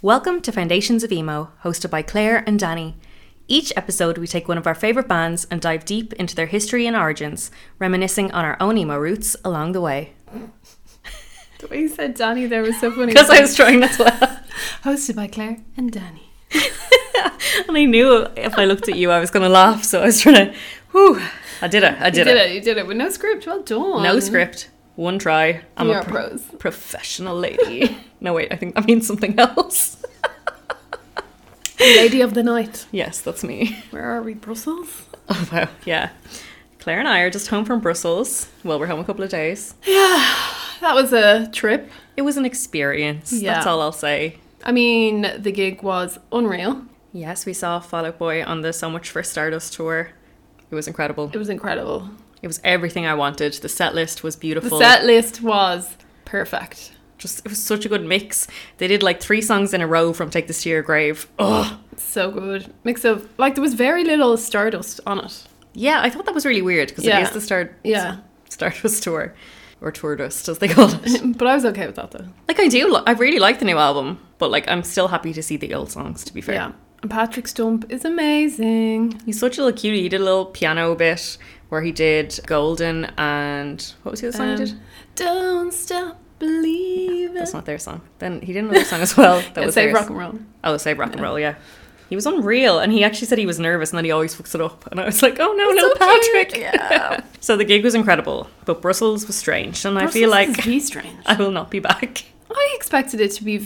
Welcome to Foundations of Emo, hosted by Claire and Danny. Each episode, we take one of our favourite bands and dive deep into their history and origins, reminiscing on our own emo roots along the way. The way you said Danny there was so funny. Because I was trying as well. hosted by Claire and Danny. and I knew if I looked at you, I was going to laugh, so I was trying to. Whew, I did it, I You did, did it. it. You did it with no script. Well done. No script, one try. I'm You're a a pro- pros. professional lady. no, wait, I think that means something else. Lady of the night. yes, that's me. Where are we? Brussels. Oh wow, yeah. Claire and I are just home from Brussels. Well, we're home a couple of days. That was a trip. It was an experience. Yeah. That's all I'll say. I mean, the gig was unreal. Yes, we saw Fall Out Boy on the So Much for Stardust tour. It was incredible. It was incredible. It was everything I wanted. The set list was The beautiful. set list was perfect. just it was such a good mix. They did like three songs in a row from Take This to Your Grave. Oh, So good. Mix of like there was very little stardust on it. yeah. I thought that was really weird because Yeah. it is the Star Yeah. Stardust tour or Tour Dust as they call it. but I was okay with that though. Like I do, li- I really like the new album, but like I'm still happy to see the old songs. To be fair, Yeah. And Patrick Stump is amazing. he's such a little cutie. He did a little piano bit where he did Golden and what was the other song he Um, did? Don't stop believing. That's not their song. Then he did another song as well. That Yeah, was save theirs. rock and roll. Oh, save rock and roll. Yeah, he was unreal, and he actually said he was nervous, and that he always fucks it up. And I was like, oh no, It's little okay. Patrick. so the gig was incredible, but Brussels was strange, and I feel Brussels like is really strange. I will not be back. I expected it to be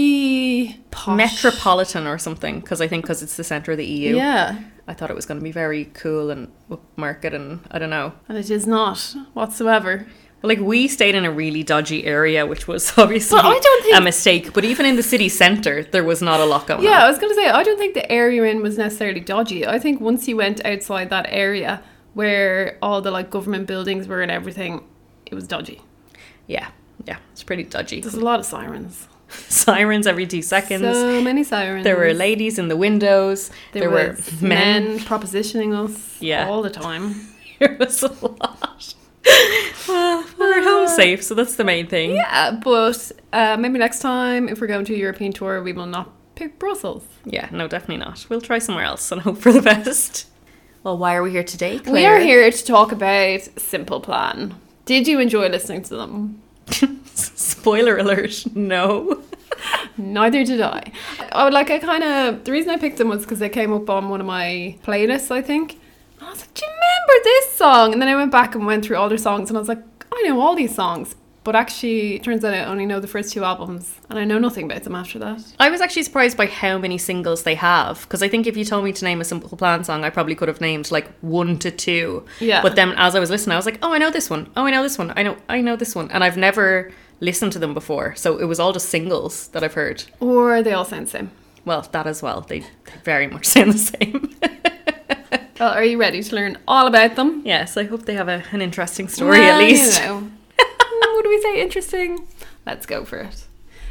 very posh. Metropolitan or something, because I think because it's the center of the EU. Yeah, I thought it was going to be very cool and upmarket, and I don't know. and it is not whatsoever. But like we stayed in a really dodgy area, which was obviously But I don't think- a mistake. But even in the city centre, there was not a lot going Yeah, on. I was going to say I don't think the area in was necessarily dodgy. I think once you went outside that area where all the like government buildings were and everything, it was dodgy. Yeah, yeah, it's pretty dodgy. There's a lot of sirens. Sirens every two seconds. So many sirens. there were ladies in the windows. There, were was men. men propositioning us Yeah. all the time. There was a lot. Uh, we we're home safe, so that's the main thing. Yeah, but uh, maybe next time if we're going to a European tour, we will not pick Brussels. Yeah, no, definitely not. We'll try somewhere else and hope for the best. Well, why are we here today, Claire? We are here to talk about Simple Plan. Did you enjoy listening to them? Spoiler alert, no. Neither did I. I would like I kind of the reason I picked them was because they came up on one of my playlists, I think. And I was like, "Do you remember this song?" And then I went back and went through all their songs, and I was like, "I know all these songs." But actually, it turns out I only know the first two albums, and I know nothing about them after that. I was actually surprised by how many singles they have because I think if you told me to name a Simple Plan song, I probably could have named like one to two. Yeah. But then as I was listening, I was like, oh, I know this one. Oh, I know this one. I know, I know this one. And I've never listened to them before, so it was all just singles that I've heard. Or they all sound the same. Well, that as well. They, they very much sound the same. Well, are you ready to learn all about them? yes, I hope they have a, an interesting story at Well, you least. know. Mm, Would we say interesting? Let's go for it.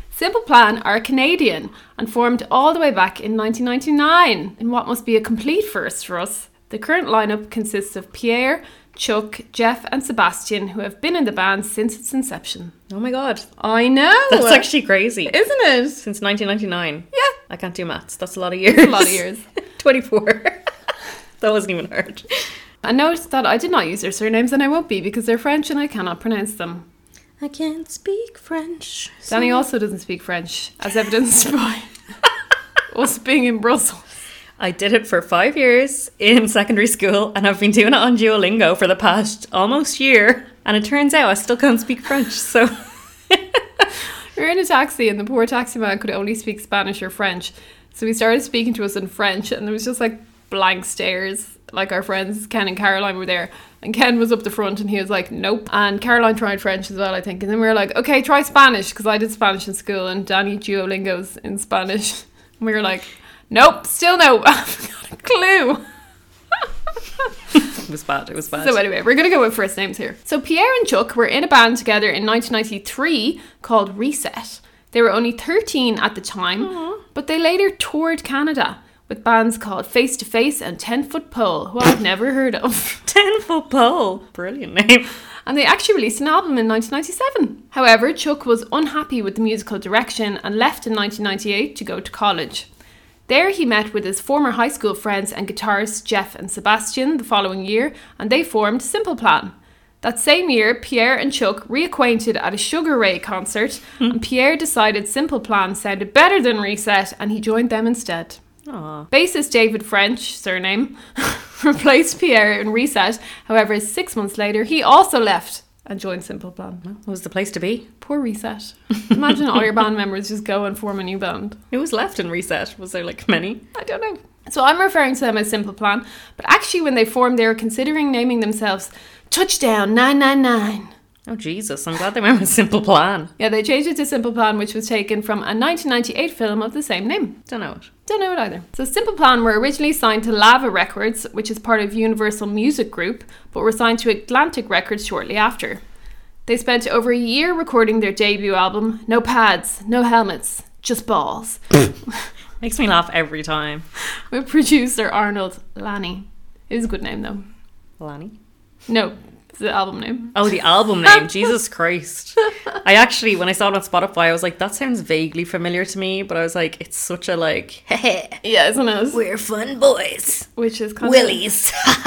Simple Plan are Canadian and formed all the way back in 1999. In what must be a complete first for us, the current lineup consists of Pierre, Chuck, Jeff, and Sebastian, who have been in the band since its inception. Oh my god, I know, that's actually crazy. isn't it? Since 1999. Yeah, I can't do maths. That's a lot of years. a lot of years. 24. that wasn't even hard. I noticed that I did not use their surnames, and I won't be because they're French and I cannot pronounce them. I can't speak French. Danny also doesn't speak French, as evidenced by us being in Brussels. I did it for five years in secondary school, and I've been doing it on Duolingo for the past almost year. And it turns out I still can't speak French, so We were in a taxi, and the poor taxi man could only speak Spanish or French. So he started speaking to us in French, and there was just like blank stares. Like our friends Ken and Caroline were there, and Ken was up the front, and he was like, "Nope." And Caroline tried French as well, I think. And then we were like, "Okay, try Spanish," because I did Spanish in school, and Danny Duolingo's in Spanish. And we were like, "Nope, still no." Not a clue. it was bad. It was bad. So anyway, we're gonna go with first names here. So Pierre and Chuck were in a band together in 1993 called Reset. They were only 13 at the time, but they later toured Canada with bands called Face to Face and Ten Foot Pole, who I've never heard of. Ten foot pole. Brilliant name. and they actually released an album in 1997. However, Chuck was unhappy with the musical direction and left in 1998 to go to college. There, he met with his former high school friends and guitarists Jeff and Sebastian the following year, and they formed Simple Plan. That same year, Pierre and Chuck reacquainted at a Sugar Ray concert, and Pierre decided Simple Plan sounded better than Reset, and he joined them instead. Aw. Bassist David French, surname, replaced Pierre in Reset. However, six months later, he also left and joined Simple Plan. It was the place to be. Poor Reset. Imagine all your band members just go and form a new band. Who was left in Reset? Was there like many? I don't know. So I'm referring to them as Simple Plan, but actually, when they formed, they were considering naming themselves Touchdown 999. Oh Jesus! I'm glad they went with Simple Plan. Yeah, they changed it to Simple Plan, which was taken from a 1998 film of the same name. Don't know it. Don't know it either. So Simple Plan were originally signed to Lava Records, which is part of Universal Music Group, but were signed to Atlantic Records shortly after. They spent over a year recording their debut album, No Pads, No Helmets, Just Balls, Makes me laugh every time. with producer Arnold Lanny. It is a good name though. Lanny. No, it's the album name. Oh, the album name. Jesus Christ. I actually, when I saw it on Spotify, I was like, that sounds vaguely familiar to me, but I was like, it's such a like, Yeah, isn't it? we're fun boys. Which is kind of Willies.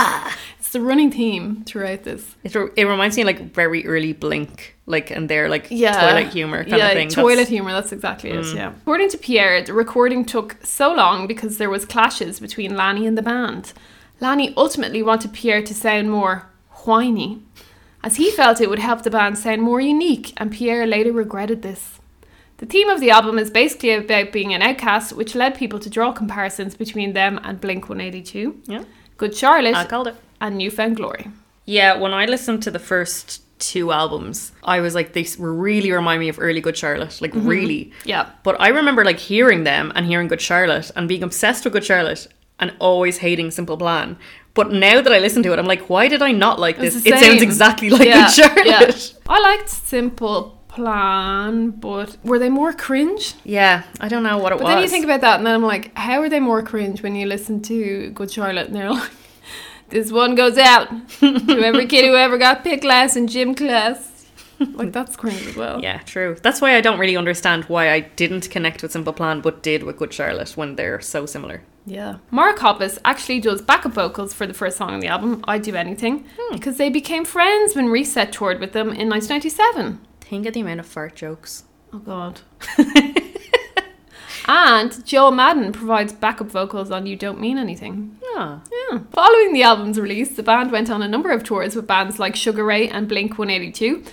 it's the running theme throughout this. it, re- it reminds me of, like very early Blink, like, and their like yeah. toilet humor kind yeah, of thing. That's- Mm. toilet humor. That's exactly it. Yeah. According to Pierre, the recording took so long because there was clashes between Lanny and the band. Lanny ultimately wanted Pierre to sound more whiny, as he felt it would help the band sound more unique, and Pierre later regretted this. The theme of the album is basically about being an outcast, which led people to draw comparisons between them and Blink 182, Yeah. Good Charlotte, I called it. and New Found Glory. Yeah, when I listened to the first two albums, I was like, they s- really remind me of early Good Charlotte. Like, really. Yeah. But I remember like hearing them and hearing Good Charlotte and being obsessed with Good Charlotte and always hating Simple Plan. But now that I listen to it, I'm like, why did I not like It's this? the It sounds same. exactly like Good Charlotte. I liked Simple Plan, but were they more cringe? Yeah. I don't know what it But was. then you think about that, and then I'm like, how are they more cringe when you listen to Good Charlotte? And they're like, this one goes out to every kid who ever got picked last in gym class. Like, that's cringe as well. yeah, true. That's why I don't really understand why I didn't connect with Simple Plan but did with Good Charlotte when they're so similar. Yeah. Mark Hoppus actually does backup vocals for the first song on the album, I Do Anything, Hmm. because they became friends when Reset toured with them in 1997. Think of the amount of fart jokes. Oh God. and Joel Madden provides backup vocals on "You Don't Mean Anything." Yeah. Yeah. Following the album's release, the band went on a number of tours with bands like Sugar Ray and Blink 182.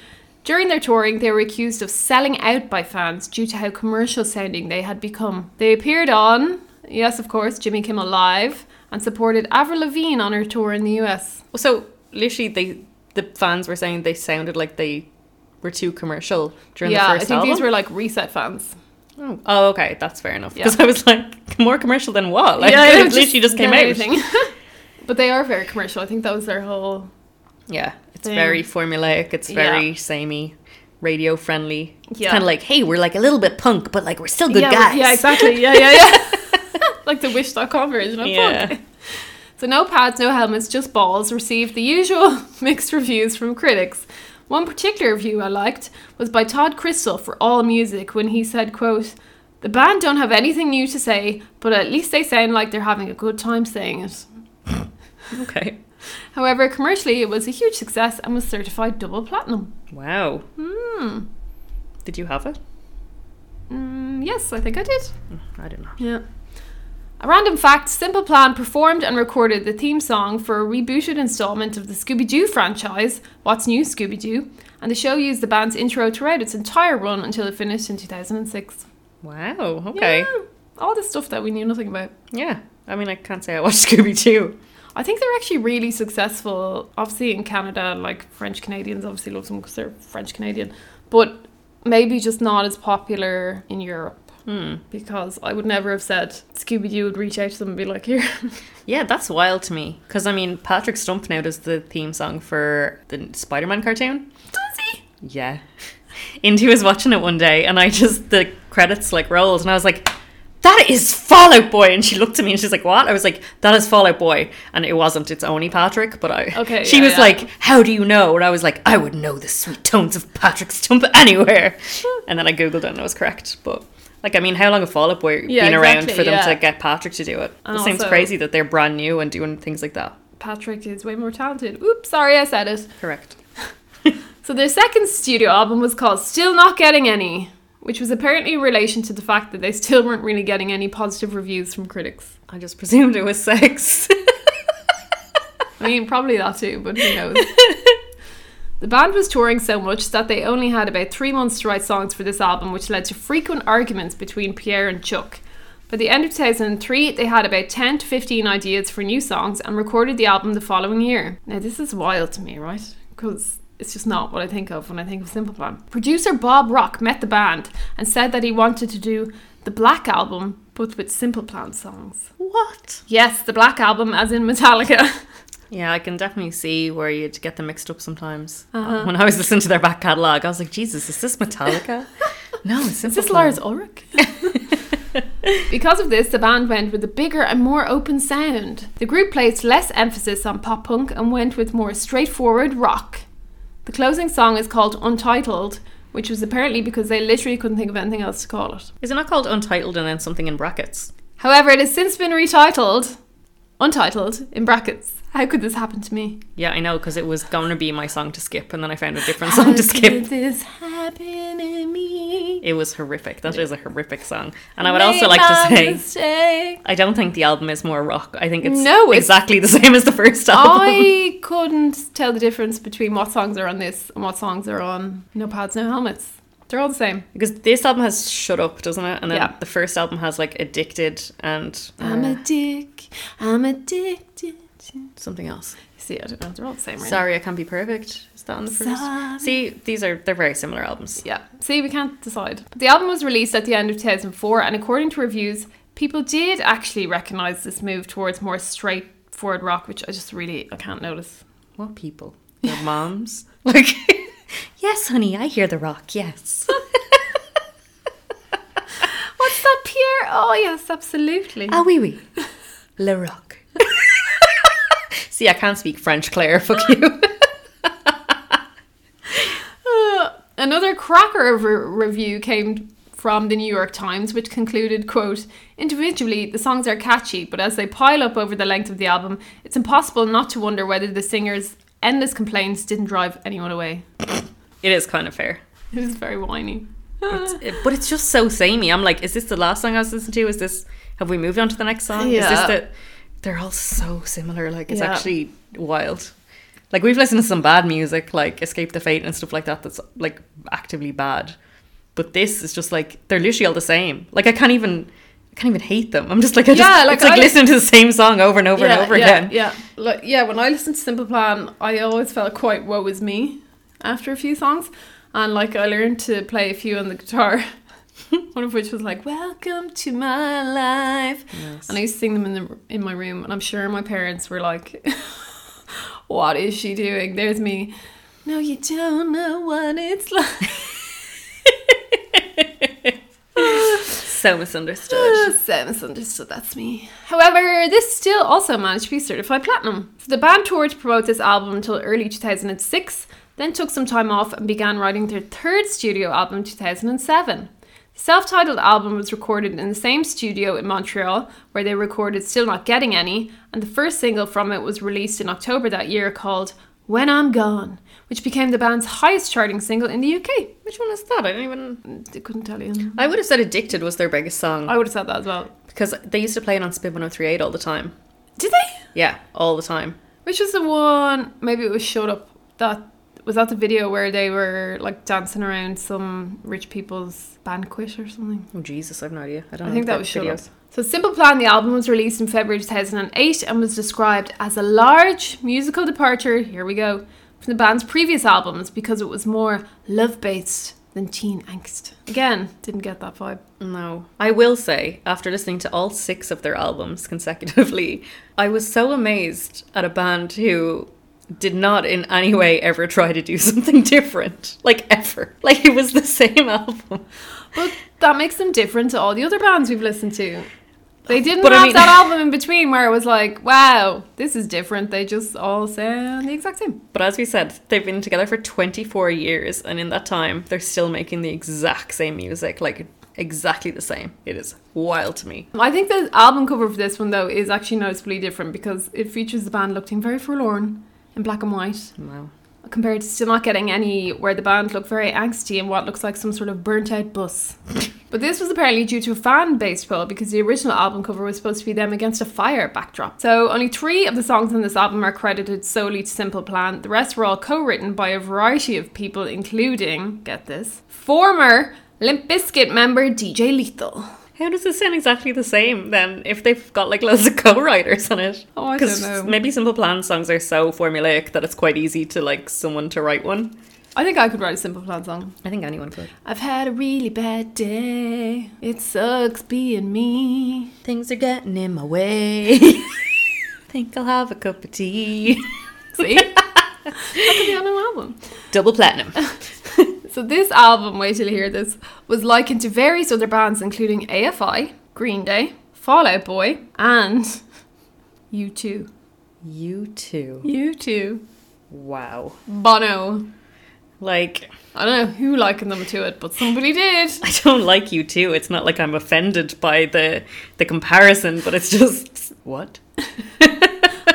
During their touring, they were accused of selling out by fans due to how commercial sounding they had become. They appeared on, yes, of course, Jimmy Kimmel Live and supported Avril Lavigne on her tour in the US. So literally they the fans were saying they sounded like they were too commercial during yeah, the I first think album. these were like reset fans. Oh, oh, okay, that's fair enough. Yeah. Because I was like, more commercial than what? Like, yeah, it it literally just, came not out. anything. but they are very commercial. I think that was their whole. Yeah, it's Thing. very formulaic. It's very Yeah. samey, radio friendly. It's Yeah. kind of like, hey, we're like a little bit punk, but like we're still good yeah, guys. Yeah, exactly. Yeah, yeah, yeah. like the Wish.com version of Yeah. punk. So no pads, no helmets, just balls received the usual mixed reviews from critics. One particular review I liked was by Todd Crystal for All Music when he said, quote, the band don't have anything new to say, but at least they sound like they're having a good time saying it. Okay. However, commercially, it was a huge success and was certified double platinum. Wow. Hmm. Did you have it? Mm, Mm, yes, I think I did. I don't know. Yeah. A random fact Simple Plan performed and recorded the theme song for a rebooted installment of the Scooby Doo franchise, What's New Scooby Doo, and the show used the band's intro throughout its entire run until it finished in 2006. Wow. Okay. Yeah, all the stuff that we knew nothing about. Yeah. I mean, I can't say I watched Scooby Doo. I think they're actually really successful, obviously in Canada, like French Canadians obviously love them because they're French Canadian, but maybe just not as popular in Europe. Hmm. Because I would never have said Scooby Doo would reach out to them and be like, here. Yeah, that's wild to me. Because, I mean, Patrick Stump now does the theme song for the Spider Man cartoon. Does he? Yeah. Indy was watching it one day and I just the credits like rolled and I was like, that is Fallout Boy. And she looked at me and she's like, what? I was like, that is Fallout Boy. And it wasn't, it's only Patrick. But I, Okay, she yeah, was yeah. like, how do you know? And I was like, I would know the sweet tones of Patrick Stump anywhere. and then I Googled it and I was correct. But like, I mean, how long have Fallout Boy Yeah, been around exactly, for them yeah. to get Patrick to do it? And it seems also- crazy that they're brand new and doing things like that. Patrick is way more talented. Oops, sorry I said it. Correct. So their second studio album was called Still Not Getting Any, which was apparently in relation to the fact that they still weren't really getting any positive reviews from critics. I just presumed it was sex. I mean, probably that too, but who knows? the band was touring so much that they only had about three months to write songs for this album, which led to frequent arguments between Pierre and Chuck. By the end of 2003, they had about 10 to 15 ideas for new songs and recorded the album the following year. Now, this is wild to me, right? Because it's just not what I think of when I think of Simple Plan. Producer Bob Rock met the band and said that he wanted to do the Black Album, but with Simple Plan songs. what? Yes, the Black Album, as in Metallica. Yeah, I can definitely see where you'd get them mixed up sometimes. Uh-huh. When I was listening to their back catalogue, I was like, Jesus, is this Metallica? no, it's Is this Lars Ulrich? because of this, the band went with a bigger and more open sound. The group placed less emphasis on pop punk and went with more straightforward rock. The closing song is called Untitled, which was apparently because they literally couldn't think of anything else to call it. Is it not called Untitled and then something in brackets? However, it has since been retitled Untitled in brackets. How could this happen to me? Yeah, I know, because it was going to be my song to skip, and then I found a different song to skip. Could this happen to me? It was horrific. That is a horrific song. And I would also like to say, I don't think the album is more rock. I think it's No, it's- exactly the same as the first album. I couldn't tell the difference between what songs are on this and what songs are on No Pads, No Helmets. They're all the same. Because this album has Shut Up, doesn't it? And then Yeah. the first album has like Addicted and I'm uh, a dick. I'm addicted. to- something else. See, I don't know. They're all the same, right? Sorry, I Can't Be Perfect. Is that on the first? Sorry. See, these are they're very similar albums. Yeah. See, we can't decide. But the album was released at the end of 2004, and according to reviews, people did actually recognize this move towards more straightforward rock, which I just really I can't notice. What people? Your moms? Like, yes, honey, I hear the rock. Yes. What's that, Pierre? Oh yes, absolutely. Ah, oui, oui. Le rock. See, I can't speak French, Claire. Fuck you. Uh, another cracker of a review came from the New York Times, which concluded, quote, individually, the songs are catchy, but as they pile up over the length of the album, it's impossible not to wonder whether the singer's endless complaints didn't drive anyone away. It is kind of fair. It is very whiny. It's, it, but it's just so samey. I'm like, is this the last song I was listening to? Is this? Have we moved on to the next song? Is this Yeah. the? They're all so similar. Like, it's Yeah. actually wild. Like we've listened to some bad music, like Escape the Fate and stuff like that. That's like actively bad. But this is just like they're literally all the same. Like I can't even, I can't even hate them. I'm just like, I just, Yeah, like, it's like I- listening to the same song over and over and over yeah, again. Yeah, like yeah. When I listened to Simple Plan, I always felt quite woe is me after a few songs, and like I learned to play a few on the guitar. One of which was like "Welcome to my life," and I used to sing them in the in my room. And I'm sure my parents were like, "What is she doing?" There's me. No, you don't know what it's like. So misunderstood. so misunderstood, that's me. However, this still also managed to be certified platinum. So the band toured to promote this album until early 2006, then took some time off and began writing their third studio album in 2007. The self titled album was recorded in the same studio in Montreal where they recorded Still Not Getting Any, and the first single from it was released in October that year called When I'm Gone, which became the band's highest charting single in the UK. Which one is that? I didn't even. I couldn't tell you. I would have said "Addicted" was their biggest song I would have said that as well. because they used to play it on Spin 1038 all the time. Did they? Yeah, all the time. Which was the one? Maybe it was "Shut Up." That was that the video where they were like dancing around some rich people's banquet or something. Oh Jesus, I've no idea. I don't. I know think the that was "Shut Up." Oh, videos. So, "Simple Plan," the album was released in February 2008 and was described as a large musical departure. Here we go from the band's previous albums because it was more love-based than teen angst. Again, didn't get that vibe. No. I will say, after listening to all six of their albums consecutively, I was so amazed at a band who did not in any way ever try to do something different. Like ever. Like it was the same album. But that makes them different to all the other bands we've listened to. They didn't Oh, But I have mean- that album in between where it was like, wow, this is different. They just all sound the exact same. But as we said, they've been together for 24 years, and in that time, they're still making the exact same music, like exactly the same. It is wild to me. I think the album cover for this one, though, is actually noticeably different because it features the band looking very forlorn in black and white Wow. compared to still not getting any where the band look very angsty in what looks like some sort of burnt out bus. but this was apparently due to a fan based poll because the original album cover was supposed to be them against a fire backdrop. So only three of the songs on this album are credited solely to Simple Plan. The rest were all co written by a variety of people, including, get this, former Limp Bizkit member DJ Lethal. How does this sound exactly the same then if they've got like loads of co writers on it? Oh, I don't 'Cause know. Maybe Simple Plan songs are so formulaic that it's quite easy to like someone to write one. I think I could write a Simple Plan song. I think anyone could. I've had a really bad day. It sucks being me. Things are getting in my way. think I'll have a cup of tea. See? that could be on an album. Double platinum. So this album, wait till you hear this, was likened to various other bands including AFI, Green Day, Fallout Boy, and U2. You too. U2. Wow. Bono. Like, I don't know who likened them to it, but somebody did. I don't like you too. It's not like I'm offended by the the comparison, but it's just what?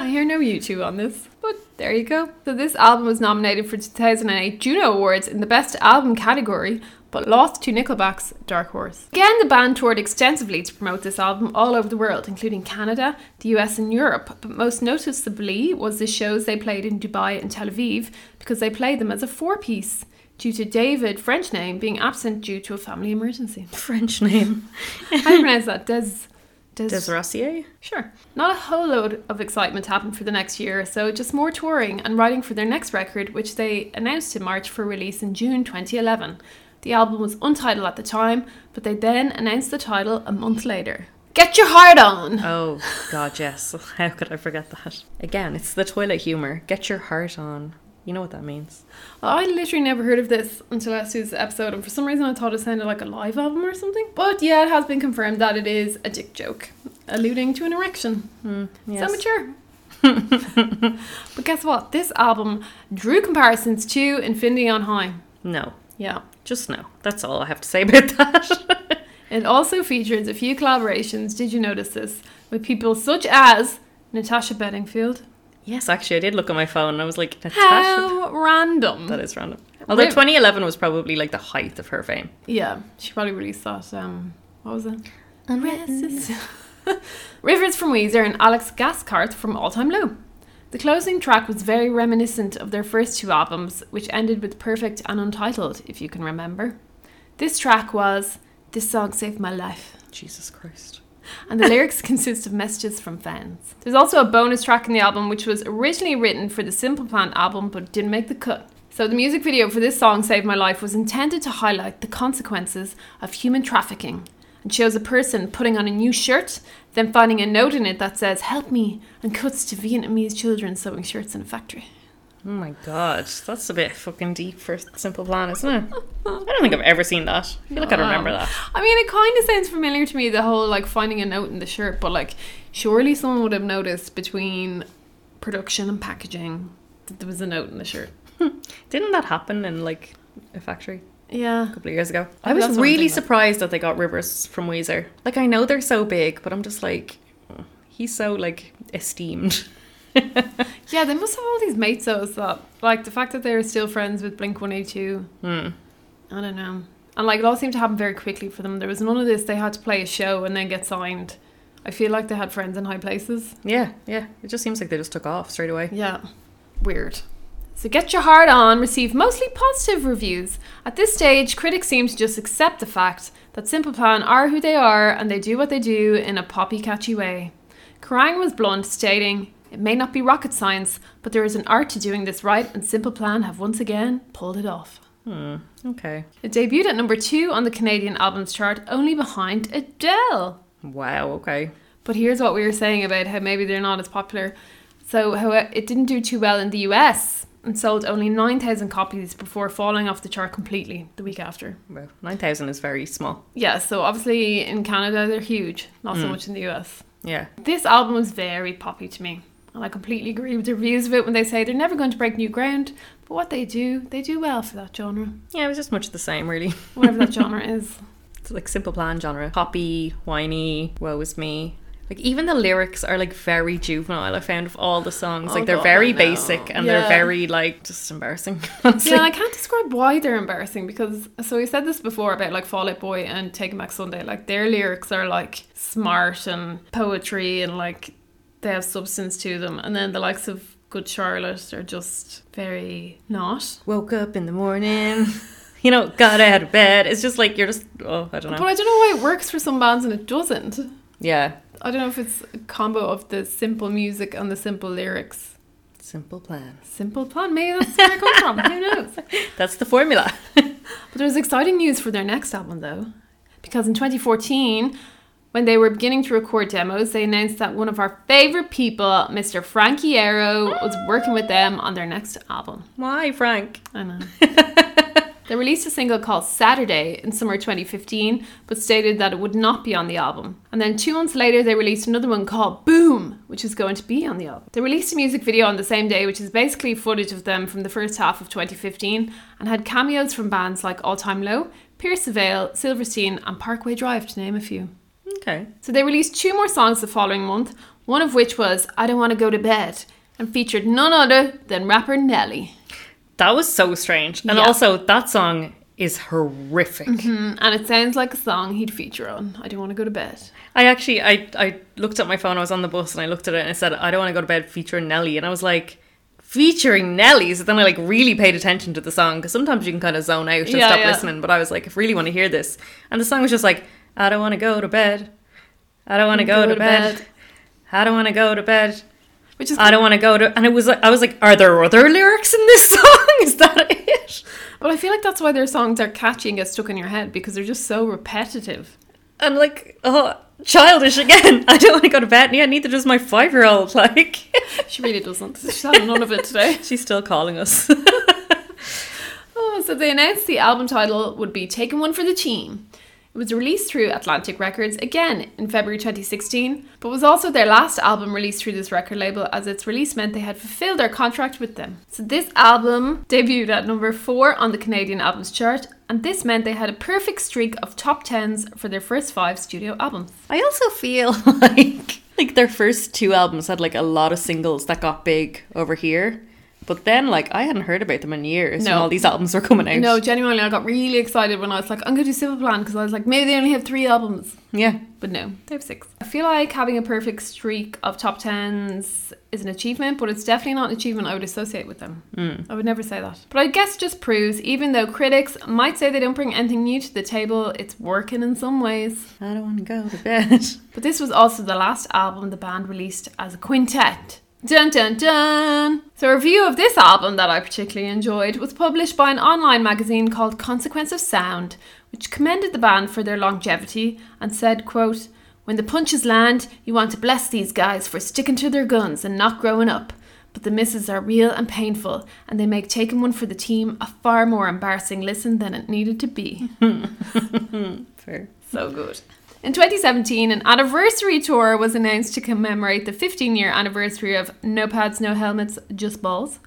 I hear no U2 on this, but there you go. So this album was nominated for 2008 Juno Awards in the Best Album category, but lost to Nickelback's Dark Horse. Again, the band toured extensively to promote this album all over the world, including Canada, the US, and Europe. But most noticeably was the shows they played in Dubai and Tel Aviv, because they played them as a four-piece. Due to David, French name, being absent due to a family emergency. French name. How do you pronounce that? Des. Des. Desracier? Sure. Not a whole load of excitement happened for the next year or so, just more touring and writing for their next record, which they announced in March for release in June 2011. The album was untitled at the time, but they then announced the title a month later. Get Your Heart On! Oh god, yes. How could I forget that? Again, it's the toilet humor. Get your heart on. You know what that means. I literally never heard of this until last week's episode, and for some reason I thought it sounded like a live album or something. But yeah, it has been confirmed that it is a dick joke, alluding to an erection. Yes. So mature. but guess what? This album drew comparisons to Infinity on High. no. Yeah. Just no. That's all I have to say about that. It also features a few collaborations, did you notice this? With people such as Natasha Bedingfield. yes, actually I did look at my phone and I was like, Natasha How random. That is random. Although Really? 2011 was probably like the height of her fame. yeah, she probably released that. Um, what was it? Rivers from Weezer and Alex Gaskarth from All Time Low. The closing track was very reminiscent of their first two albums, which ended with Perfect and Untitled, if you can remember. This track was This Song Saved My Life, Jesus Christ. and the lyrics consist of messages from fans. There's also a bonus track in the album, which was originally written for the Simple Plan album but didn't make the cut. So, the music video for this song, Save My Life, was intended to highlight the consequences of human trafficking and shows a person putting on a new shirt, then finding a note in it that says, Help me, and cuts to Vietnamese children sewing shirts in a factory. Oh my god, that's a bit fucking deep for Simple Plan, isn't it? I don't think I've ever seen that. I feel like I remember Wow. that. I mean, it kind of sounds familiar to me, the whole like finding a note in the shirt, but like, surely someone would have noticed between production and packaging that there was a note in the shirt. Didn't that happen in like a factory Yeah. a couple of years ago? Oh, I that's was what I'm really thinking of. surprised that they got Rivers from Weezer. Like I know they're so big, but I'm just like oh, he's so like esteemed. Yeah, they must have all these mates those that, like, the fact that they're still friends with Blink 182, Hmm. I don't know. And like, it all seemed to happen very quickly for them. There was none of this, they had to play a show and then get signed. I feel like they had friends in high places. Yeah, yeah. It just seems like they just took off straight away. Yeah. Weird. So Get Your Heart On received mostly positive reviews. At this stage, critics seem to just accept the fact that Simple Plan are who they are and they do what they do in a poppy catchy way. Kerrang was blunt, stating, It may not be rocket science, but there is an art to doing this right, and Simple Plan have once again pulled it off. Hmm. Okay. It debuted at number two on the Canadian albums chart, only behind Adele. Wow. Okay. But here's what we were saying about how maybe they're not as popular. So how it didn't do too well in the US and sold only 9,000 copies before falling off the chart completely the week after. Well, 9,000 is very small. Yeah, so obviously in Canada they're huge, not so much in the US. Yeah. This album was very poppy to me, and I completely agree with the reviews of it when they say they're never going to break new ground. But what they do, they do well for that genre, Yeah, it was just much the same, really. whatever that genre is. It's like simple plan genre. Poppy, whiny, woe is me. Like even the lyrics are like very juvenile. I found of all the songs, Oh like they're God, I very know. basic and Yeah. they're very like just embarrassing. Honestly. Yeah, I can't describe why they're embarrassing because so we said this before about like Fall Out Boy and Taking Back Sunday. Like their lyrics are like smart and poetry and like they have substance to them, and then the likes of Good Charlotte are just very not. Woke up in the morning, you know, got out of bed. It's just like you're just oh, I don't But know. I don't know why it works for some bands and it doesn't. Yeah, I don't know if it's a combo of the simple music and the simple lyrics. simple plan. Simple plan, maybe that's where it comes from. Who knows? That's the formula. But there's exciting news for their next album, though, because in 2014, when they were beginning to record demos, they announced that one of our favorite people, Mr. Frankie Arrow, was working with them on their next album. Why, Frank? I know. they released a single called Saturday in summer 2015, but stated that it would not be on the album. And then two months later, they released another one called Boom, which is going to be on the album. They released a music video on the same day, which is basically footage of them from the first half of 2015 and had cameos from bands like All Time Low, Pierce the Veil, Silverstein, and Parkway Drive, to name a few. Okay. So they released two more songs the following month, one of which was I Don't Want to Go to Bed and featured none other than rapper Nelly. That was so strange. And Yeah. also, that song is horrific. Mm, and it sounds like a song he'd feature on. I do want to go to bed. I actually, I, I looked at my phone. I was on the bus and I looked at it and I said, I don't want to go to bed featuring Nelly. And I was like, featuring Nelly. So then I like really paid attention to the song because sometimes you can kind of zone out and Yeah, stop yeah. listening. But I was like, I really want to hear this. And the song was just like, I don't want to go to bed. I don't want to go to bed. I don't want to go to bed. Which is, I don't want to go to. And it was like, I was like, are there other lyrics in this song? Is that it? but I feel like that's why their songs are catchy and get stuck in your head because they're just so repetitive. And like, oh, childish again. I don't want to go to bed. Yeah, neither does my five year old. Like. She really doesn't. She's had none of it today. She's still calling us. Oh, so they announced the album title would be Taking One for the Team. It was released through Atlantic Records again in February 2016, but was also their last album released through this record label as its release meant they had fulfilled their contract with them. So this album debuted at number 4 on the Canadian Albums Chart, and this meant they had a perfect streak of top 10s for their first 5 studio albums. I also feel like like their first two albums had like a lot of singles that got big over here. But then like I hadn't heard about them in years No. when all these albums were coming out. No, genuinely I got really excited when I was like I'm going to do Simple Plan because I was like maybe they only have 3 albums. Yeah. But no, they have six. I feel like having a perfect streak of top tens is an achievement, but it's definitely not an achievement I would associate with them. I would never say that. But I guess it just proves, even though critics might say they don't bring anything new to the table, it's working in some ways. I don't want to go to bed. But this was also the last album the band released as a quintet. Dun dun dun! So, a review of this album that I particularly enjoyed was published by an online magazine called Consequence of Sound, which commended the band for their longevity and said, quote, When the punches land, you want to bless these guys for sticking to their guns and not growing up. But the misses are real and painful, and they make taking one for the team a far more embarrassing listen than it needed to be. Fair. So good. In 2017, an anniversary tour was announced to commemorate the 15 year anniversary of No Pads, No Helmets, Just Balls.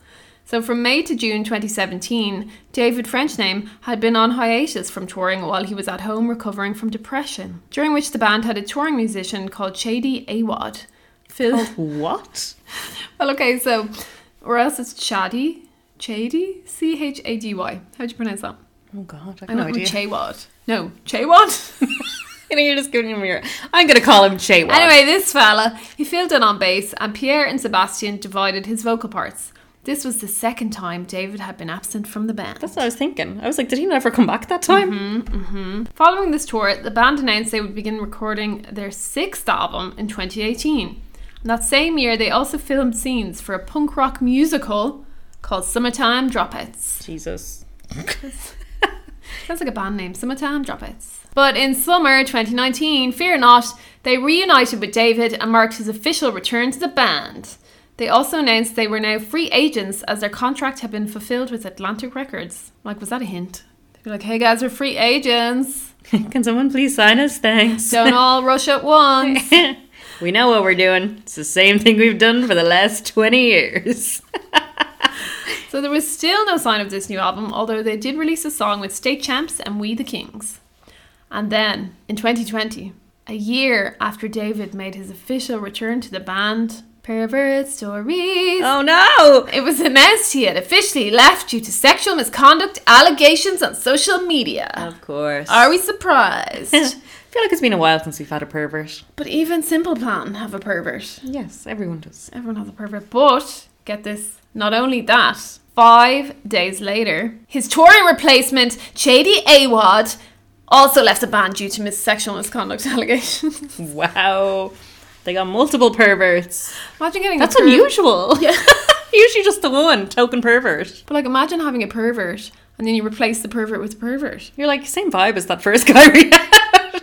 So, from May to June 2017, David Frenchnem had been on hiatus from touring while he was at home recovering from depression, during which the band had a touring musician called Shady Awad. Phil. Oh. What? Well, okay, so, or else it's Shady. Shady? C H A D Y. How do you pronounce that? Oh god, I I have no went with idea. Chaywad. No, Chaywad? You know, you're just giving him your I'm gonna call him Shay Watt. Anyway, this fella, he filled in on bass, and Pierre and Sebastian divided his vocal parts. This was the second time David had been absent from the band. That's what I was thinking. I was like, did he never come back that time? Mm-hmm. Following this tour, the band announced they would begin recording their sixth album in 2018. And that same year, they also filmed scenes for a punk rock musical called Summertime Dropouts. Jesus. Sounds like a band name, Summertime Dropouts. But in summer 2019, fear not, they reunited with David and marked his official return to the band. They also announced they were now free agents as their contract had been fulfilled with Atlantic Records. Like, was that a hint? They'd be like, hey guys, we're free agents. Can someone please sign us? Thanks. Don't all rush at once. we know what we're doing. It's the same thing we've done for the last 20 years. So there was still no sign of this new album, although they did release a song with State Champs and We the Kings. And then, in 2020, a year after David made his official return to the band, Pervert Stories, oh no! it was announced he had officially left due to sexual misconduct allegations on social media. Of course. Are we I surprised? feel like it's been a while since we've had a pervert. but even Simple Plan have a pervert. Yes, everyone does. Everyone has a pervert. But get this, not only that, five days later, his touring replacement, Chady Awad, also left the band due to mis- sexual misconduct allegations. Wow. They got multiple perverts. imagine getting That's a pervert. unusual. Yeah. Usually just the one token pervert. But like imagine having a pervert and then you replace the pervert with a pervert. You're like, same vibe as that first guy we had.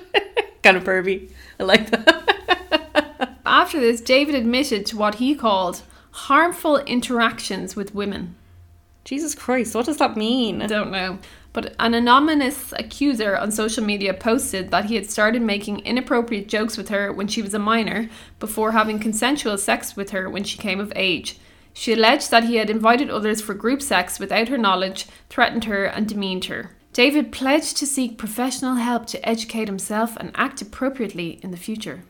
kind of pervy. I like that. After this, David admitted to what he called harmful interactions with women. Jesus Christ, what does that mean? I don't know. But an anonymous accuser on social media posted that he had started making inappropriate jokes with her when she was a minor before having consensual sex with her when she came of age. She alleged that he had invited others for group sex without her knowledge, threatened her, and demeaned her. David pledged to seek professional help to educate himself and act appropriately in the future.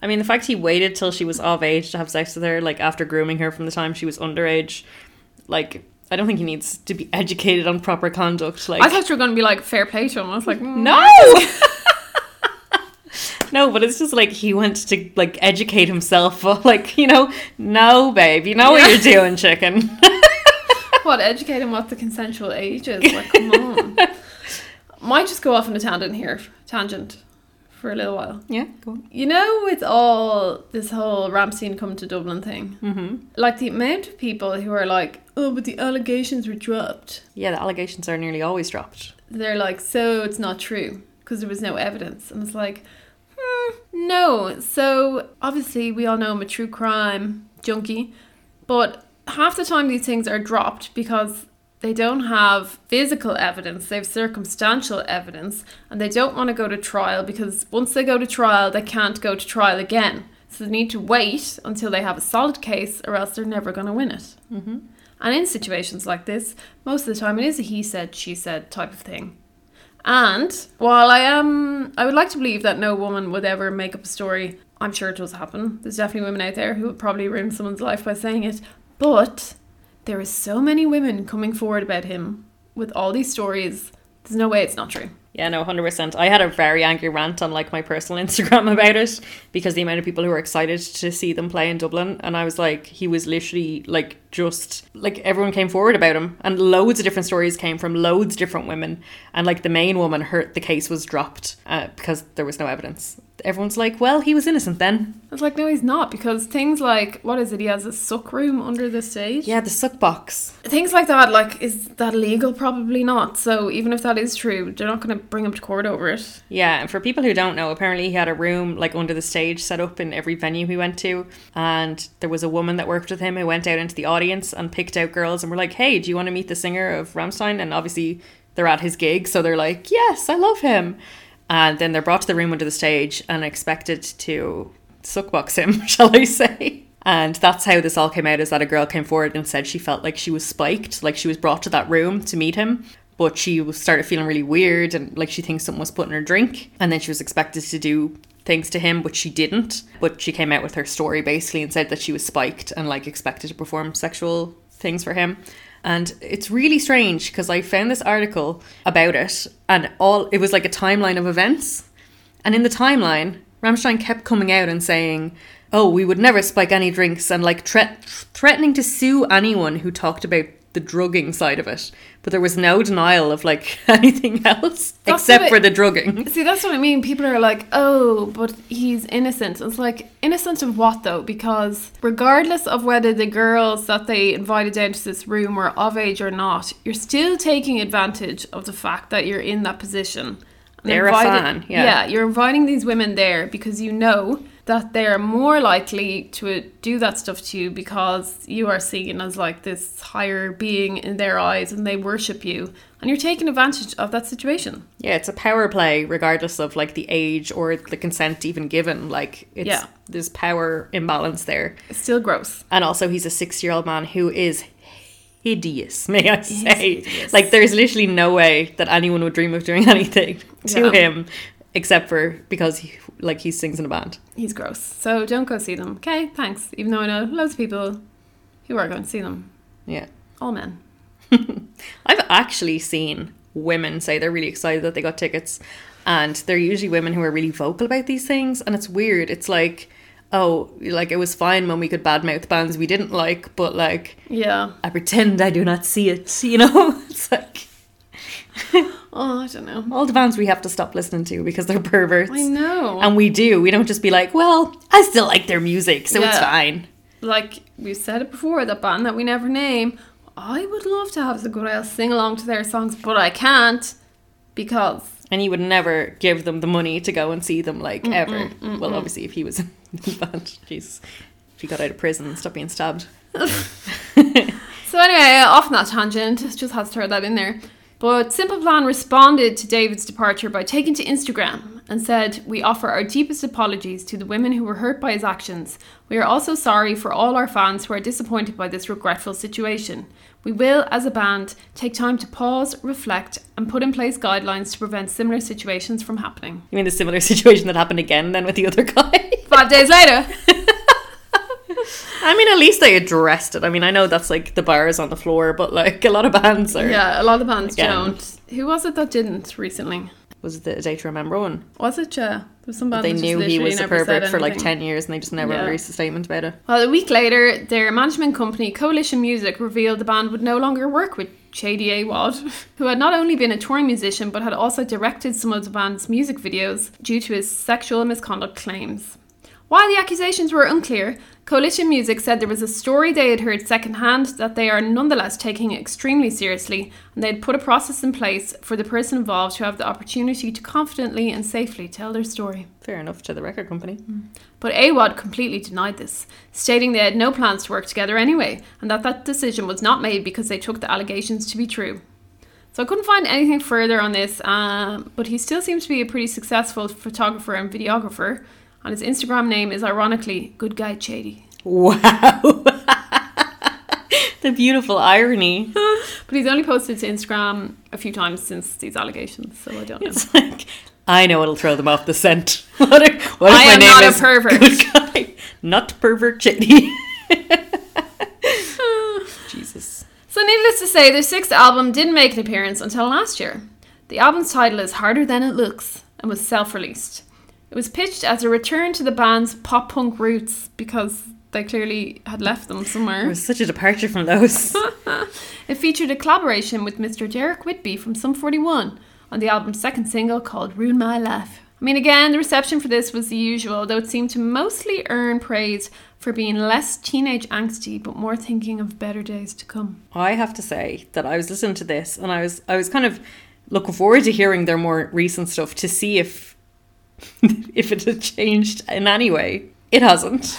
I mean, the fact he waited till she was of age to have sex with her, like after grooming her from the time she was underage, like, I don't think he needs to be educated on proper conduct. Like, I thought you were going to be like fair play to him. I was like, mm. No. no, but it's just like he wants to like educate himself. Like you know, no, babe, you know what you're doing, chicken. What, educate him what the consensual age is? Like, come on. Might just go off on a tangent here, tangent, for a little while. yeah, go on. You know, with all this whole Ramstein come to Dublin thing, Mm-hmm. like the amount of people who are like, oh, but the allegations were dropped. Yeah, the allegations are nearly always dropped. They're like, so it's not true because there was no evidence. And it's like, hmm, no. So obviously, we all know I'm a true crime junkie, but half the time these things are dropped because they don't have physical evidence, they have circumstantial evidence, and they don't want to go to trial because once they go to trial, they can't go to trial again. So they need to wait until they have a solid case, or else they're never going to win it. And in situations like this, most of the time it is a he said, she said type of thing. And while I am, I would like to believe that no woman would ever make up a story. I'm sure it does happen. There's definitely women out there who would probably ruin someone's life by saying it. But there is so many women coming forward about him with all these stories. There's no way it's not true. Yeah, no, hundred percent. I had a very angry rant on like my personal Instagram about it because the amount of people who were excited to see them play in Dublin, and I was like, he was literally like just like everyone came forward about him, and loads of different stories came from loads of different women, and like the main woman, her the case was dropped uh, because there was no evidence. Everyone's like, well, he was innocent then. It's like, no, he's not, because things like, what is it, he has a suck room under the stage? Yeah, the suck box. things like that like is that legal probably not so even if that is true they're not going to bring him to court over it Yeah, and for people who don't know, apparently he had a room like under the stage set up in every venue he went to, and there was a woman that worked with him who went out into the audience and picked out girls and were like, "Hey, do you want to meet the singer of Ramstein?" And obviously they're at his gig, so they're like, "Yes, I love him." And then they're brought to the room under the stage and expected to suckbox him, shall I say? And that's how this all came out is that a girl came forward and said she felt like she was spiked, like she was brought to that room to meet him. But she was- started feeling really weird and like she thinks someone was putting her drink. And then she was expected to do things to him, but she didn't. But she came out with her story basically and said that she was spiked and like expected to perform sexual things for him. And it's really strange because I found this article about it and all it was like a timeline of events. And in the timeline, Ramstein kept coming out and saying, "Oh, we would never spike any drinks," and like threat threatening to sue anyone who talked about the drugging side of it. But there was no denial of like anything else That's except what for it- the drugging. see that's what i mean people are like oh but he's innocent it's like innocent of what though because regardless of whether the girls that they invited down to this room were of age or not you're still taking advantage of the fact that you're in that position And They're a invited- fan, yeah. yeah you're inviting these women there because you know that they're more likely to do that stuff to you because you are seen as like this higher being in their eyes and they worship you and you're taking advantage of that situation. Yeah, it's a power play, regardless of like the age or the consent even given. Like, it's Yeah. there's power imbalance there. It's still gross. And also, he's a six year old man who is hideous, may I say. hideous. Like, there's literally no way that anyone would dream of doing anything to Yeah. him except for because he, like he sings in a band. He's gross. So don't go see them. Okay, thanks. Even though I know loads of people who are going to see them. Yeah. All men. I've actually seen women say they're really excited that they got tickets, and they're usually women who are really vocal about these things, and it's weird. It's like, oh, like it was fine when we could badmouth bands we didn't like, but like Yeah. I pretend I do not see it. You know, it's like Oh, I don't know. all the bands we have to stop listening to because they're perverts, I know. and we do. We don't just be like, well, I still like their music, so it's Yeah. fine. like we've said it before, that band that we never name, I would love to have the girls sing along to their songs, but I can't because And he would never give them the money to go and see them, like Mm, ever. Well, obviously, if he was in the band, Jesus, if he got out of prison and stopped being stabbed. So anyway, uh, off on that tangent, just had to throw that in there. But Simple Plan responded to David's departure by taking to Instagram and said, "We offer our deepest apologies to the women who were hurt by his actions. We are also sorry for all our fans who are disappointed by this regretful situation. We will, as a band, take time to pause, reflect, and put in place guidelines to prevent similar situations from happening." You mean the similar situation that happened again then with the other guy? Five days later, I mean, at least they addressed it. I mean, I know that's like the bars on the floor, but like a lot of bands are. yeah, a lot of bands Again. don't. Who was it that didn't recently? Was it the Day to Remember one? Was it? Yeah, there was some band They that just knew he literally was a never said pervert for like anything. 10 years and they just never Yeah. released a statement about it. Well, a week later, their management company, Coalition Music, revealed the band would no longer work with Shady A. Wad, who had not only been a touring musician but had also directed some of the band's music videos due to his sexual misconduct claims. While the accusations were unclear, Coalition Music said there was a story they had heard secondhand that they are nonetheless taking extremely seriously, and they had put a process in place for the person involved to have the opportunity to confidently and safely tell their story. Fair enough to the record company. But AWOD completely denied this, stating they had no plans to work together anyway, and that that decision was not made because they took the allegations to be true. So I couldn't find anything further on this, um, but he still seems to be a pretty successful photographer and videographer, and his Instagram name is ironically Good Guy Shady. Wow. the beautiful irony. But he's only posted to Instagram a few times since these allegations, so I don't know. It's like, I know it'll throw them off the scent. What if, what if I my am name not a is pervert. Good guy? Not pervert shitty. Jesus. So, needless to say, their sixth album didn't make an appearance until last year. The album's title is Harder Than It Looks and was self released. It was pitched as a return to the band's pop punk roots because they clearly had left them It somewhere. was such a departure from Lowe's. It featured a collaboration with Mr. Derek Whitby from Sum 41 on the album's second single called Ruin My Life. I mean, again, the reception for this was the usual, though it seemed to mostly earn praise for being less teenage angsty but more thinking of better days to come. I have to say that I was listening to this and I was I was kind of looking forward to hearing their more recent stuff to see if if it had changed in any way. It hasn't.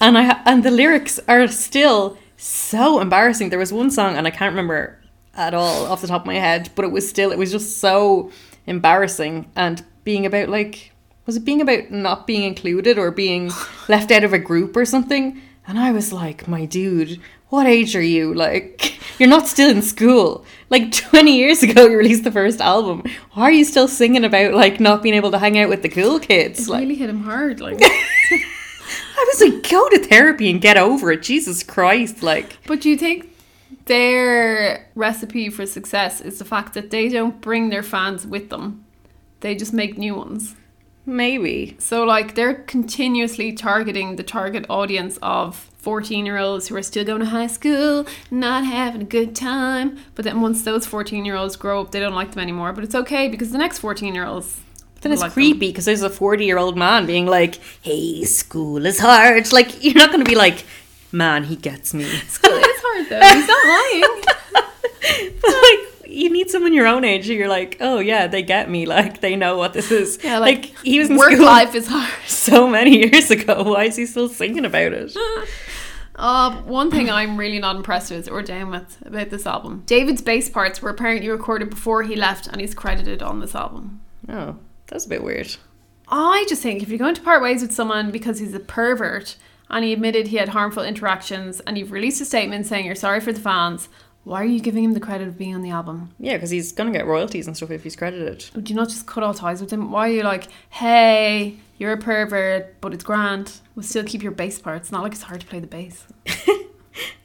And I and the lyrics are still so embarrassing. There was one song and I can't remember at all off the top of my head, but it was still it was just so embarrassing and being about like was it being about not being included or being left out of a group or something? And I was like, my dude, what age are you? Like, you're not still in school. Like 20 years ago, you released the first album. Why are you still singing about like not being able to hang out with the cool kids? It Like, really hit him hard, like. I was like, go to therapy and get over it. Jesus Christ. Like, But do you think their recipe for success is the fact that they don't bring their fans with them? They just make new ones. maybe. So, like, they're continuously targeting the target audience of 14 year olds who are still going to high school, not having a good time. But then once those 14 year olds grow up, they don't like them anymore. But it's okay because the next 14 year olds. But then it's like them. creepy because there's a 40 year old man being like, hey, school is hard. Like, you're not going to be like, man, he gets me. School is hard though. He's not lying. like you need someone your own age. Who you're like, oh yeah, they get me. Like they know what this is. Yeah, like, like, he was in Work school life is hard. so many years ago. Why is he still singing about it? Uh, one thing I'm really not impressed with or down with about this album David's bass parts were apparently recorded before he left, and he's credited on this album. Oh, that's a bit weird. I just think if you're going to part ways with someone because he's a pervert and he admitted he had harmful interactions and you've released a statement saying you're sorry for the fans, why are you giving him the credit of being on the album? Yeah, because he's gonna get royalties and stuff if he's credited. Would you not just cut all ties with him? Why are you like, hey, you're a pervert, but it's grand. We'll still keep your bass part. It's not like it's hard to play the bass.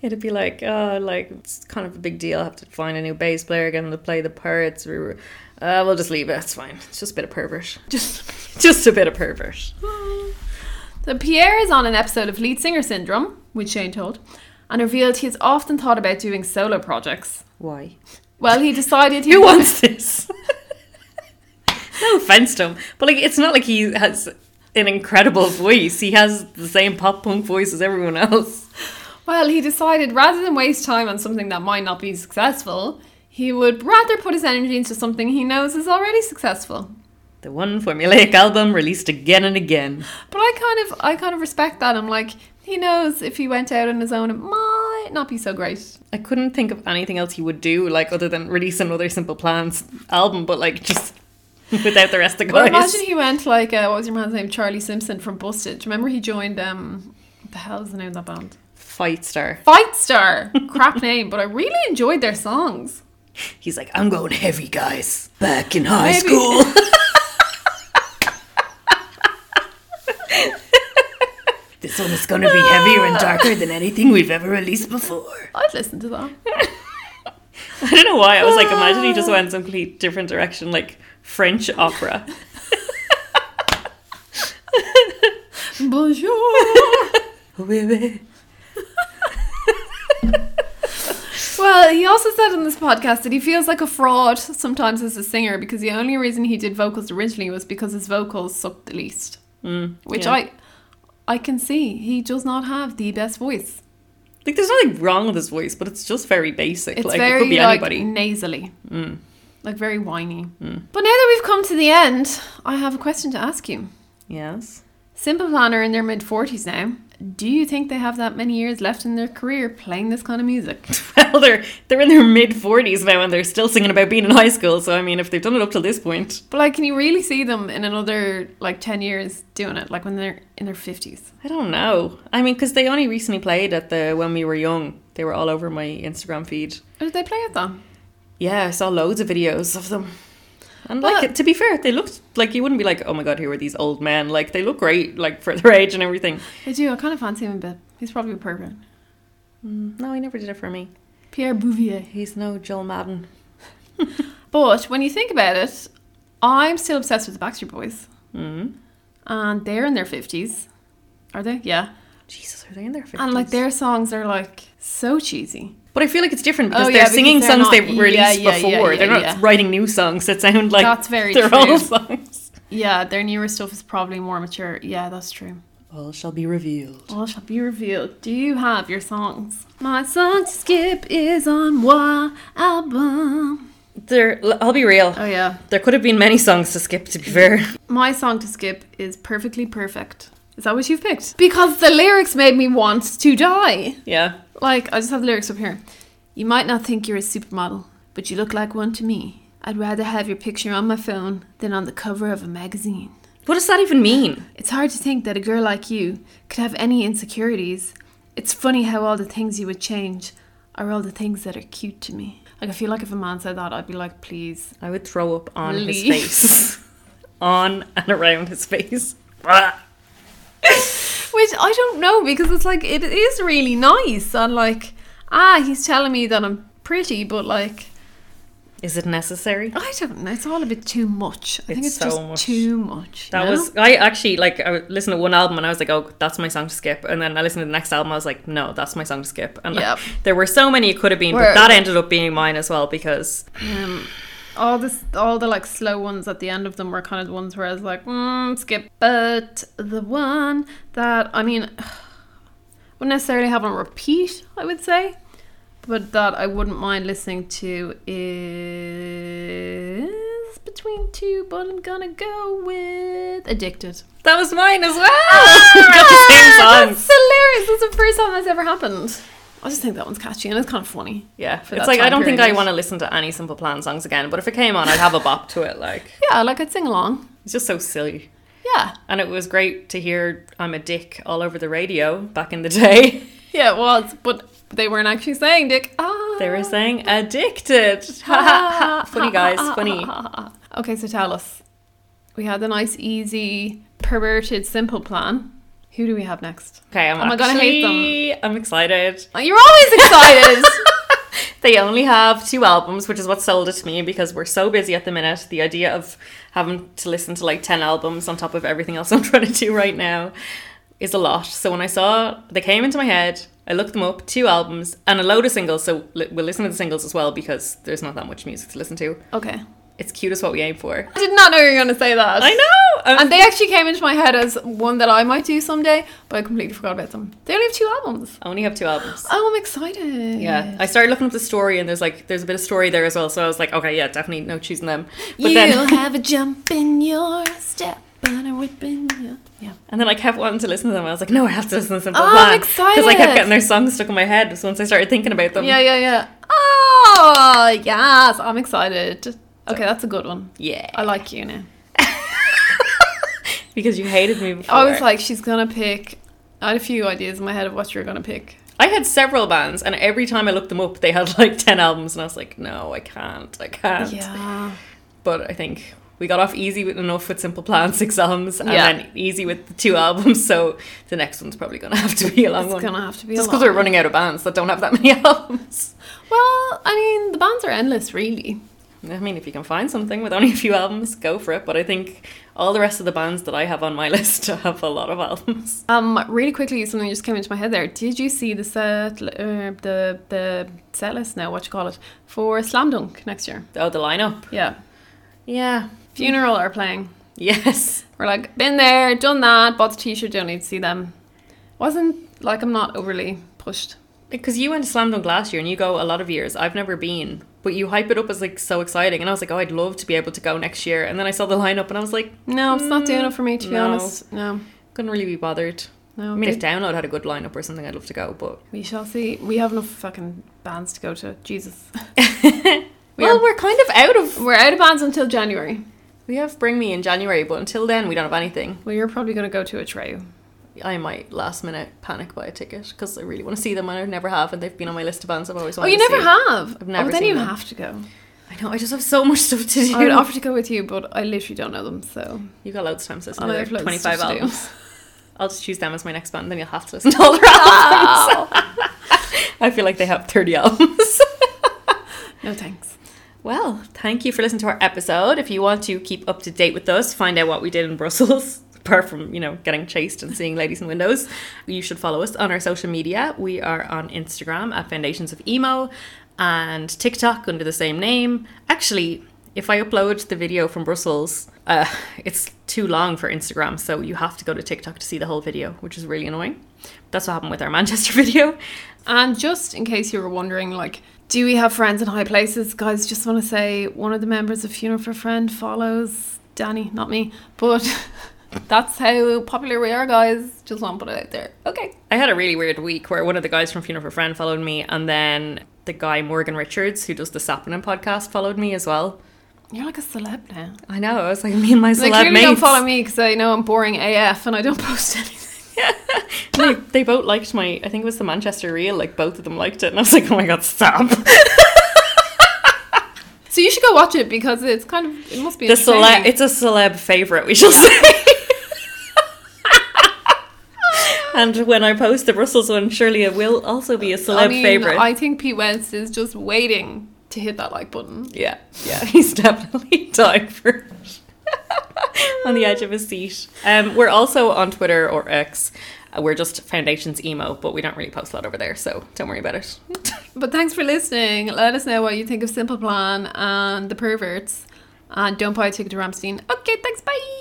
It'd be like, oh, like it's kind of a big deal. I have to find a new bass player again to play the parts. We were- Uh, we'll just leave it. It's fine. It's just a bit of pervert. Just. Just a bit of pervert. So Pierre is on an episode of Lead Singer Syndrome, which Shane told, and revealed he has often thought about doing solo projects. Why? Well, he decided he Who wants this? no offense to him, but like, it's not like he has an incredible voice. He has the same pop punk voice as everyone else. Well, he decided rather than waste time on something that might not be successful, he would rather put his energy into something he knows is already successful. The one formulaic album released again and again. But I kind of I kind of respect that. I'm like, he knows if he went out on his own it might not be so great. I couldn't think of anything else he would do, like other than release another Simple Plans album, but like just without the rest of the guys. Well, imagine he went like uh, what was your man's name? Charlie Simpson from Busted. Do you remember he joined um what the hell's the name of that band? Fight star. Fight Star. Crap name, but I really enjoyed their songs. He's like, I'm going heavy, guys. Back in high Maybe- school. this one is going to be heavier and darker than anything we've ever released before. I'd listen to that. I don't know why. I was like, imagine he just went some complete different direction, like French opera. Bonjour. Oh, Well, he also said in this podcast that he feels like a fraud sometimes as a singer because the only reason he did vocals originally was because his vocals sucked the least. Mm, Which yeah. I I can see. He does not have the best voice. Like, there's nothing wrong with his voice, but it's just very basic. It's like, very it could be like anybody. Mm. nasally. Like very whiny. But now that we've come to the end, I have a question to ask you. Yes. Simple Plan are in their mid forties now. Do you think they have that many years left in their career playing this kind of music? Well, they're they're in their mid forties now, and they're still singing about being in high school. So I mean, if they've done it up till this point, But like, can you really see them in another like ten years doing it? Like when they're in their fifties. I don't know. I mean, because they only recently played at the when we were young. They were all over my Instagram feed. Or did they play at them? Yeah, I saw loads of videos of them. And Well- like, to be fair, they looked like you wouldn't be like, oh my god, who are these old men? Like they look great, like for their age and everything. I do. I kind of fancy him a bit. He's probably a pervert. Mm, No, he never did it for me. Pierre Bouvier. He's no Joel Madden. But when you think about it, I'm still obsessed with the Backstreet Boys, Mm. and they're in their fifties, are they? Yeah. Jesus, are they in their 50s? And like their songs are like so cheesy. But I feel like it's different because Oh, they're yeah, because singing they're songs not- they've yeah, released yeah, yeah, before. yeah, they're not yeah. writing new songs that sound like That's very their true. old songs. Yeah, their newer stuff is probably more mature. Yeah, that's true. All shall be revealed. All shall be revealed. Do you have your songs? My song to skip is on moi album. There, l- I'll be real. Oh yeah. There could have been many songs to skip. To be fair, My song to skip is Perfectly Perfect. Is that what you've picked? Because the lyrics made me want to die. yeah. Like, I just have the lyrics up here. You might not think you're a supermodel, but you look like one to me. I'd rather have your picture on my phone than on the cover of a magazine. What does that even mean? It's hard to think that a girl like you could have any insecurities. It's funny how all the things you would change are all the things that are cute to me. Like, I feel like if a man said that, I'd be like, please. I would throw up on his Really? face, on and around his face. Ah. Which I don't know because it's like, it is really nice. And like, ah, he's telling me that I'm pretty, but like, Is it necessary? I don't know. It's all a bit too much. I think It's it's so just much. too much. you That know? was I actually like I listened to one album and I was like, oh, that's my song to skip. And then I listened to the next album, I was like, no, that's my song to skip. And like, Yep. there were so many it could have been, Where- but that ended up being mine as well because um, all this, all the like slow ones at the end of them were kind of the ones where I was like, mm, skip. But the one that I mean, wouldn't necessarily have on repeat. I would say, but But that I wouldn't mind listening to is between two, but I'm gonna go with Addicted. That was mine as well. Ah, Got the same Ah! That's song. hilarious. That's the first time that's ever happened. I just think that one's catchy and it's kind of funny. Yeah, For it's that like I time don't think I period. want to listen to any Simple Plan songs again. But if it came on, I'd have a bop to it. Like Yeah, like I'd sing along. it's just so silly. Yeah. And it was great to hear "I'm a Dick" all over the radio back in the day. Yeah, it was, but they weren't actually saying dick. Ah. They were saying "addicted." Ha, ha, ha. funny guys, funny. Okay, so tell us. We had the nice, easy, perverted, simple plan. Who do we have next? Okay, I'm, Oh my God, I hate them. hate them. I'm excited. Oh, You're always excited. They only have two albums, which is what sold it to me because we're so busy at the minute. The idea of having to listen to like 10 albums on top of everything else I'm trying to do right now is a lot. So when I saw they came into my head, I looked them up, two albums and a load of singles. So li- we'll listen to the singles as well because there's not that much music to listen to. okay. It's cute is what we aim for. I did not know you were going to say that. I know. Um, And they actually came into my head as one that I might do someday, but I completely forgot about them. They only have two albums. I only have two albums. Oh, I'm excited. Yeah, I started looking up the story, and there's like there's a bit of story there as well. So I was like, okay, yeah, definitely no choosing them. But You'll then have a jump in your step, but a whip in your. Yeah. and then I kept wanting to listen to them. I was like, no, I have to listen to Simple Oh, I'm because I kept excited. getting their songs stuck in my head. So once I started thinking about them, Yeah, yeah, yeah. Oh, yes. I'm excited. Okay, that's a good one. yeah, I like you now. because you hated me before. I was like, she's going to pick. I had a few ideas in my head of what you were going to pick. I had several bands, and every time I looked them up, they had like ten albums, and I was like, no, I can't, I can't. Yeah. But I think we got off easy with enough with Simple Plan six albums, and Yeah. then easy with the two albums. So the next one's probably gonna have to be a long It's one. going to have to be Just a because lot. we're running out of bands that don't have that many albums. Well, I mean, the bands are endless, really. I mean, if you can find something with only a few albums, go for it. But I think all the rest of the bands that I have on my list have a lot of albums. Um, really quickly, something just came into my head there. Did you see the set, uh, the the set list now? What you call it for Slam Dunk next year? Oh, the lineup. Yeah, Yeah. Funeral are playing. Yes. We're like, been there, done that, bought the T-shirt. Don't need to see them. Wasn't like I'm not overly pushed. Because you went to Slam Dunk last year and you go a lot of years. I've never been. But you hype it up as like so exciting. And I was like, oh, I'd love to be able to go next year. And then I saw the lineup and I was like, No, it's not doing it for me to be Mm, no. honest. No, couldn't really be bothered. no. I mean, if good. Download had a good lineup or something, I'd love to go. But we shall see. We have enough fucking bands to go to. Jesus, We well, are- we're kind of out of. we're out of bands until January. We have Bring Me in January, but until then, we don't have anything. Well, you're probably going to go to a trio. I might last minute panic buy a ticket because I really want to see them and I never have, and they've been on my list of bands I've always Oh, wanted. you to never see. have. I've never oh, then seen you them. have to go. I know. I just have so much stuff to do. I would offer to go with you, but I literally don't know them, so you got loads of time, so it's I another have loads of twenty five stuff to do. albums. I'll just choose them as my next band, then you'll have to listen to all their albums. I feel like they have thirty albums. Oh. no thanks. Well, thank you for listening to our episode. If you want to keep up to date with us, find out what we did in Brussels, apart from, you know, getting chased and seeing ladies in windows, you should follow us on our social media. We are on Instagram at Foundations of Emo and TikTok under the same name. Actually, if I upload the video from Brussels, uh, it's too long for Instagram, so you have to go to TikTok to see the whole video, which is really annoying. That's what happened with our Manchester video. And just in case you were wondering, like, do we have friends in high places? Guys, just want to say one of the members of Funeral for a Friend follows Danny, not me, but that's how popular we are, guys. Just want to put it out there. Okay. I had a really weird week where one of the guys from Funeral for Friend followed me, and then the guy Morgan Richards, who does the Sappinen podcast, followed me as well. You're like a celeb now. I know. I was like, me and my They celeb clearly mates. don't follow me because I know I'm boring AF and I don't post anything. They, they both liked my. I think it was the Manchester reel. Like both of them liked it, and I was like, oh my god, stop! So you should go watch it because it's kind of, it must be The celeb. entertaining. It's a celeb favorite. We shall say. and when I post the Brussels one, surely it will also be a celeb I mean, favorite. I think Pete Wentz is just waiting to hit that like button. Yeah, yeah, he's definitely dying for it. on the edge of his seat. Um, we're also on Twitter or X. Uh, We're just Foundations Emo, but we don't really post that over there, so don't worry about it. But thanks for listening. Let us know what you think of Simple Plan and the perverts. And don't buy a ticket to Ramstein. Okay, thanks. Bye.